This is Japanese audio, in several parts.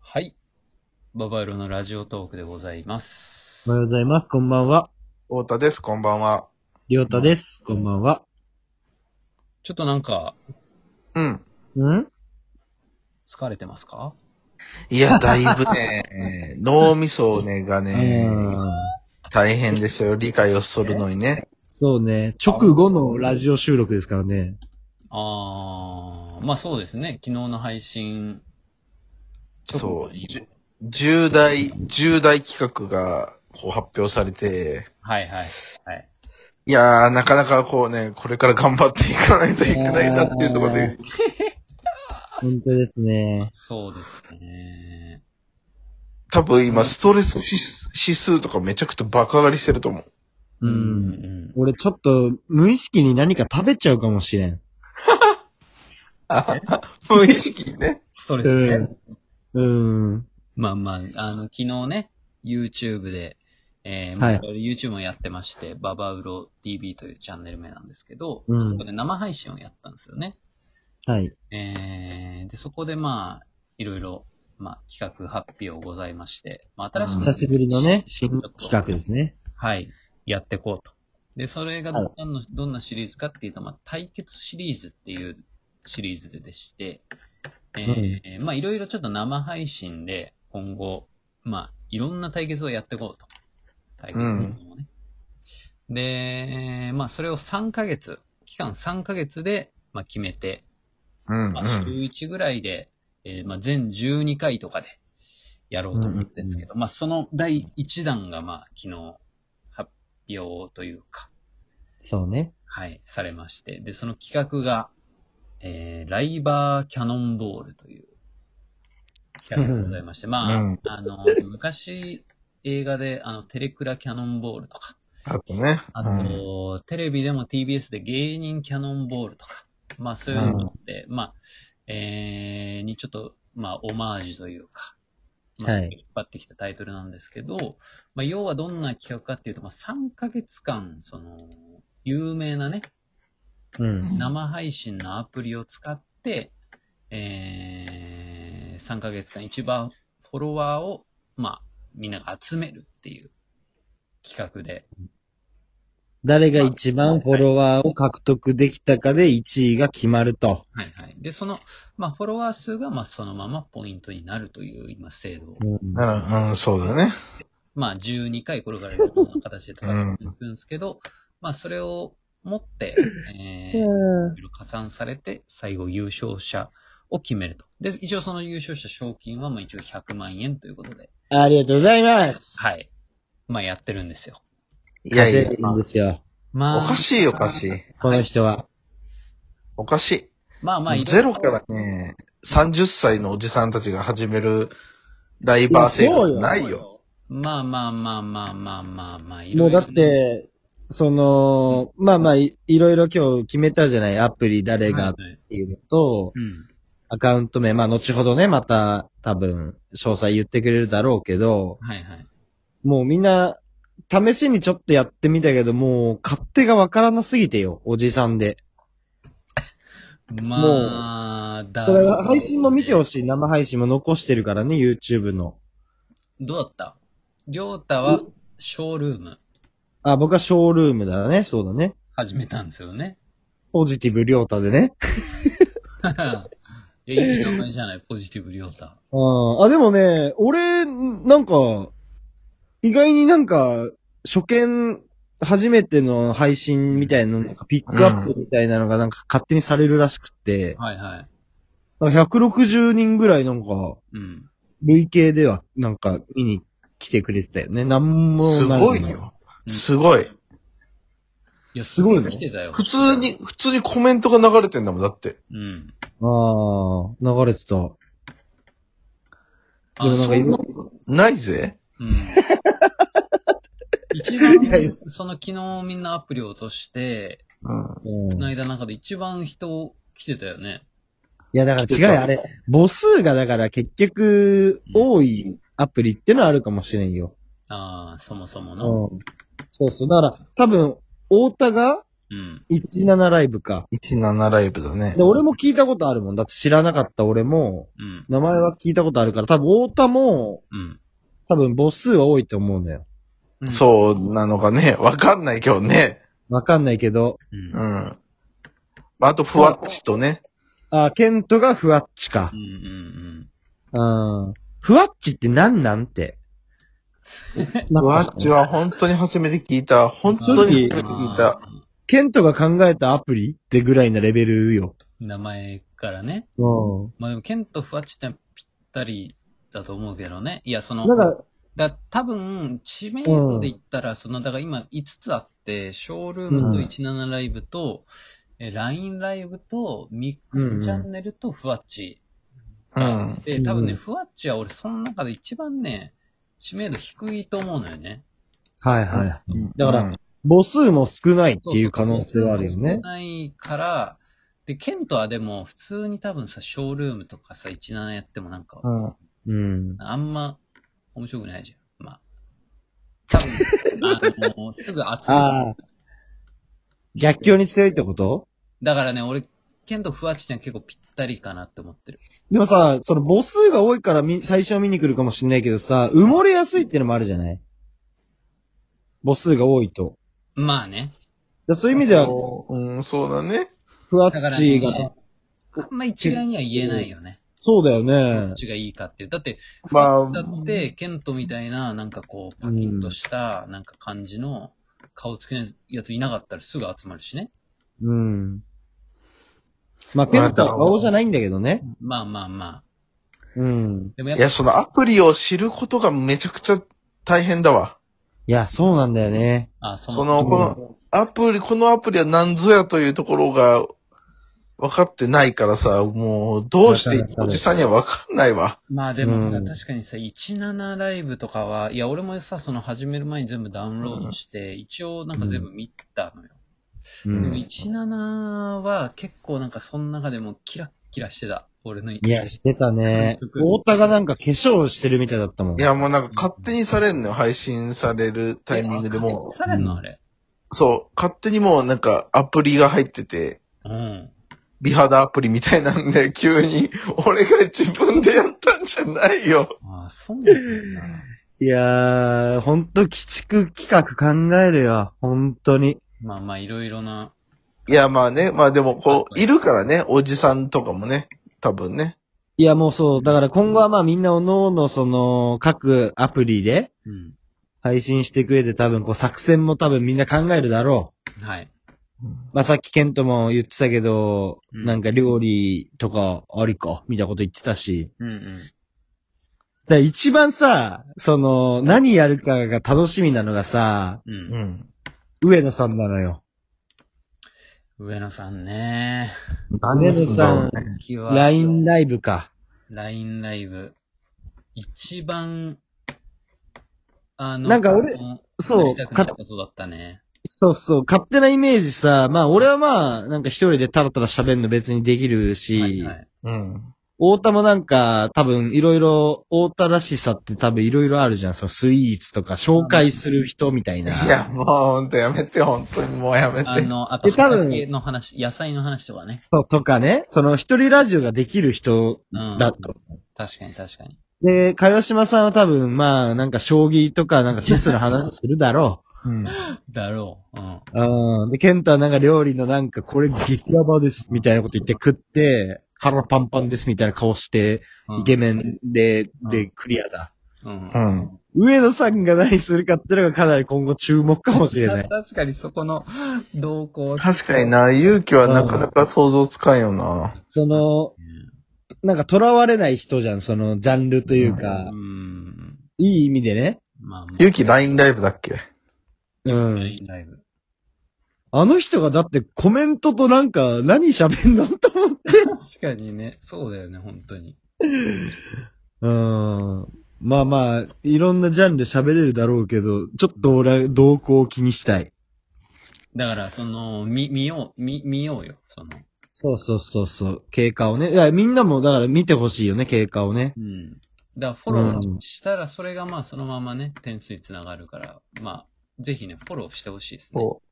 はい。ババエロのラジオトークでございます。おはようございます。こんばんは。太田です、こんばんは。りょうたです。こんばんは。ちょっとなんか、うん。ん疲れてますかいや、だいぶ ね、脳みそね、がね、うん大変でしたよ。理解をするのにね。そうね。直後のラジオ収録ですからね。あー、まあそうですね。昨日の配信。そう。じゅ重大、重大企画がこう発表されて、はいはい。はい。いやー、なかなかこうね、これから頑張っていかないといけないなっていうところで、本当ですね。そうですね。多分今、ストレス指数指数とかめちゃくちゃ爆上がりしてると 思う。うんうん。俺ちょっと無意識に何か食べちゃうかもしれん。あ無意識にね。ストレうスね。ん。うん。まあまあ、あの、昨日ね、YouTube で、えー、はい僕 YouTube もやってまして、ババウロ TV というチャンネル名なんですけど、うんそこで生配信をやったんですよね。はい。えー、で、そこでまあ、いろいろ、まあ、企画発表ございまして、まあ、新しい、久しぶりのね、新企画ですね。はい、やっていこうと。で、それがはいどんな、どんなシリーズかっていうと、まあ、対決シリーズっていうシリーズででして、えーまあ、いろいろちょっと生配信で、今後、まあ、いろんな対決をやっていこうと。対決のものをね。で、まあ、それを3ヶ月、期間3ヶ月で、まあ、決めて、うん、うまあ、週ん。 1ぐらいで、えーまあ、全12回とかでやろうと思ってるんですけど、まあ、その第1弾が、まあ、昨日発表というか、そうね。はい、されまして、で、その企画が、えー、ライバーキャノンボールという企画でございまして、まあ、うんあの、昔映画で、あの、テレクラキャノンボールとか、あとね。あと、テレビでも TBS で芸人キャノンボールとか、まあそういうのもあって、まあ、えー、にちょっと、まあオマージュというか、まあ、はい引っ張ってきたタイトルなんですけど、まあ要はどんな企画かっていうと、まあ3ヶ月間、その、有名なね、うん。生配信のアプリを使って、えー、3ヶ月間一番フォロワーを、まあ、みんなが集めるっていう企画で、誰が一番フォロワーを獲得できたかで1位が決まると。はいはい。で、その、まあ、フォロワー数が、まあ、そのままポイントになるという、今、制度を。うん。うんうん、うん、そうだね。まあ、12回、これからいろんな形で戦っていくんですけど、まあ、それを持って、えー、いろいろ加算されて、最後、優勝者を決めると。で、一応その優勝者賞金は、まあ、一応100万円ということで、ありがとうございます。はい。まあ、やってるんですよ。いやいや稼いで、るんですよ。まあ、おかしいおかしい。この人は。おかしい。まあまあ、いろいろゼロからね、30歳のおじさんたちが始めるライバー生活ないよ。まあまあまあまあまあまあまあ、いもろういろだっ、て、その、まあまあ、いいろいろ今日決めたじゃない、アプリ誰がはっいはいていうのと、うん。アカウント名、まあ後ほどね、また多分、詳細言ってくれるだろうけど、はいはい。もうみんな、試しにちょっとやってみたけど、もう勝手がわからなすぎてよ、おじさんで。まあ、だこれ配信も見てほしい。しい、生配信も残してるからね、YouTube の。どうだったりょうたは、ショールーム、あ、僕はショールームだね、そうだね。始めたんですよね。 ポジティブりょうたでね。いや、いい名前じゃない、ポジティブりょうた。うんあ、でもね、俺、なんか、意外になんか、初見、初めての配信みたいな、なんかピックアップみたいなのがなんか勝手にされるらしくって、はいはい。なんか160人ぐらいなんか、うん。累計ではなんか見に来てくれてたよね。なんもすなごい。よ。すごい。いや、すごいね見てたよ。普通に、。普通にコメントが流れてんだもん、だって。うん。ああ、流れてた。であもなんか今、ないぜ。うん。 一番いやいや、その昨日みんなアプリを落として、うん。うん繋いだ中で一番人来てたよね。いや、だから違うよ、あれ。母数がだから結局、多いアプリってのはあるかもしれんよ。ああ、そもそもの。うんそうそう。だから、多分、太田がうん。 17ライブか。 17ライブだねで、。俺も聞いたことあるもん。だって知らなかった俺も、うん。名前は聞いたことあるから、多分、太田も、うん。多分母数は多いと思うのよ。うんそうなのかね。わかんないけどね。わかんないけど、うん。うん。あと、ふわっちとね。あ、ケントがふわっちかうんう。んうん。ふわっちってなんなんて。ふわっちは本当に初めて聞いた。本当うにん。初めて聞いた。あケントが考えたアプリってぐらいなレベルよ。ー。名前からね。うまあでも、ケント・フワッチってぴったりだと思うけどね。いや、その、ん。なんか、だ多分、知名度で言ったら、その、だから今5つあって、ショールームとうん17ライブと、え LINE ライブと、ミックスチャンネルとフワッチ。うん。で、多分ね、うんフワッチは俺、その中で一番ね、知名度低いと思うのよね。はいはい。うんだからうん母数も少ないっていう可能性はあるよ少ね。ないから、で、ケントはでも、普通に多分さ、ショールームとかさ、17やってもなんか、うん。うん。あんま、面白くないじゃん。まあ。多分、あの、すぐ熱い。ああ。逆境に強いってことだからね、俺、ケント・フワッチには結構ぴったりかなって思ってる。でもさ、その母数が多いからみ最初は見に来るかもしんないけどさ、埋もれやすいってのもあるじゃない母数が多いと。まあね。だそういう意味では、そううん、そうだね。ふわっだからね、ちが、あんま一概には言えないよね。そうだよどねっ。ちがいいかっていう。だって、まあだって、ケントみたいな、なんかこう、パキッとした、なんか感じの、顔つきのやついなかったらすぐ集まるしね。うん。まあ、ケンタは顔じゃないんだけどね。まあまあまあ。うん。でもやっいぱや、そのアプリを知ることがめちゃくちゃ大変だわ。いや、そうなんだよね。あ、そその、このアプリ、このアプリは何ぞやというところが分かってないからさ、もうどうしわかてるわかおるじさんには分かんないわ。まあでもさ、うん確かにさ、17ライブとかは、いや、俺もさ、その始める前に全部ダウンロードして、一応なんか全部見たのよ。うでもん。 17は結構なんかその中でもキラッキラしてた。俺の。いいや、してたね。太田がなんか化粧してるみたいだったもん。いや、もうなんか勝手にされんのよ。配信されるタイミングでもされんのあれ。う、そう、勝手にもうなんかアプリが入ってて、うん。美肌アプリみたいなんで、 急に、俺が自分でやったんじゃないよ。ああ、そうなんだ。いやー、ほんと、鬼畜企画考えるよ。ほんとに。まあまあ、いろいろな。いや、まあね、まあでも、こう、いるからね、おじさんとかもね、多分ね。いや、もうそう。だから今後はまあみんなおのおのその、各アプリでうん。配信していく上で多分こう作戦も多分みんな考えるだろはい。う。まあさっきケントも言ってたけど、うんなんか料理とかありか、みたいなこと言ってたし。うんうん。だから一番さ、その、何やるかが楽しみなのがさ、う。うんん。上野さんなのよ。上野さんね。上野さん、時は LINE ライブか。 LINE ライブ。一番、あの、なんか俺あのそやうりた、くなかったことだったね。そうそう、勝手なイメージさ、まあ俺はまあ、なんか一人でタラタラ喋るの別にできるし、はいはい。うん。太田もなんか、多分いろいろ、太田らしさって多分いろいろあるじゃん。そのスイーツとか紹介する人みたいな。いや、もうほんとやめて、本当にもうやめあて。の、あと、で多分畑の話、野菜の話とかね。そうとかね、その一人ラジオができる人うん。だと。確かに確かに。で、かよしまさんは多分、まあ、なんか将棋とかなんかチェスの話するだろうん。だろう。うん。う。うん。で、ケンタはなんか料理のなんかこれ激ヤバですみたいなこと言って食って、腹パンパンですみたいな顔して、うんイケメンで、うんで、クリアだ。うん。うん。上野さんが何するかっていうのがかなり今後注目かもしれない。確かにそこの動向。確かにな、勇気はなかなか想像つかんよな。その、なんか囚われない人じゃん、そのジャンルといううか、ん。いい意味でね。まあまあ。勇気 LINE ライブだっけうん。 LINE ライブ。あの人がだってコメントとなんか何喋んのと思って。確かにね。そうだよね、本当に。うん。まあまあ、いろんなジャンル喋れるだろうけど、ちょっと俺は動向を気にしたい。だから、その、見、見よう、見、見ようよ。その、そうそうそうそう、経過をね。いや、みんなもだから見てほしいよね、経過をね。うん。だから、フォローしたら、それがまあ、そのままね、点数につながるから、まあ、ぜひね、フォローしてほしいですね。そ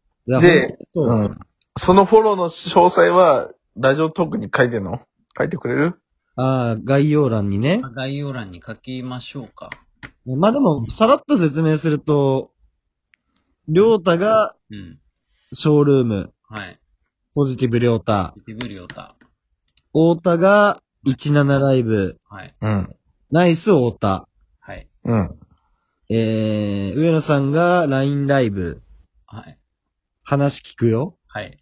で、そうう、ん。そのフォローの詳細は、ラジオトークに書いてんの書いてくれるああ、概要欄にねまあ。概要欄に書きましょうか。まあでも、さらっと説明すると、りょうたがうん。ショールーム、はい。ポジティブりょうた、ビブリオタ。太田が17ライブ、はい。うん。ナイス太田、はい。うん。えー、上野さんが LINE ライブ、はい。話聞くよ、はい。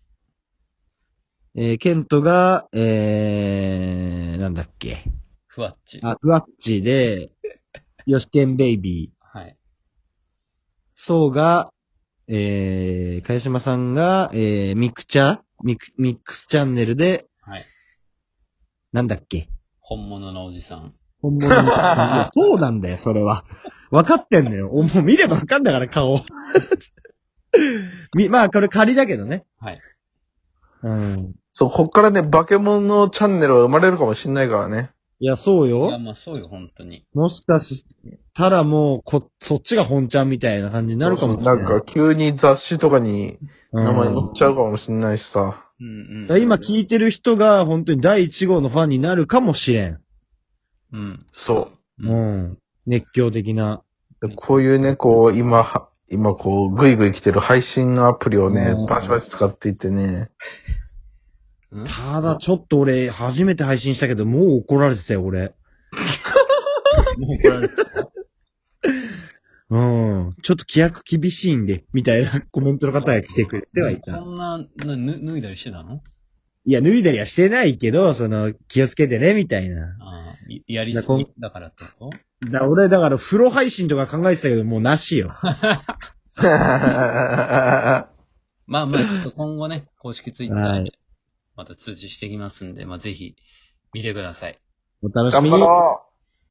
えー、ケントが、えー、なんだっけ、ふわっち。あ、ふわっちで、よしけんベイビー、はい。そうが、えー、かやしまさんが、えー、ミクチャミク、ミックスチャンネルで、はい。なんだっけ本物のおじさん。本物のいやそうなんだよ、それは。分かってんのよ。おもう見れば分かんだから、顔。 み、まあ、これ仮だけどね。はい。うん。そう、こっからね、バケモンのチャンネルは生まれるかもしんないからね。いや、そういよや、。まあそうよ、本当に。もしかしたらもう、こ、そっちが本ちゃんみたいな感じになるかもしれない。なんか、急に雑誌とかにうん、名前載っちゃうかもしんないしうさ。んだから今聞いてる人が本当に第1号のファンになるかもしれん。うん。そううん。熱狂的な。う。でこういうね、こう、今は、今こう、ぐいぐい来てる配信のアプリをねうん、バシバシ使っていってね。うん。ただちょっと俺、初めて配信したけど、もう怒られてたよ、俺。もう怒られた。うん。ちょっと規約厳しいんで、みたいな コメントの方が来てくれてはいそた。んな、なぬ脱いだりしてたのいや、脱いだりはしてないけど、その、気をつけてね、みたいな。ああ、いやりすぎだからってことだ俺、だから、風呂配信とか考えてたけど、もうなしよ。まあまあ、ちょっと今後ね、公式ツイッタはーでい、また通知してきますんで、まあぜひ、見てください。お楽し 頑み張に。ろう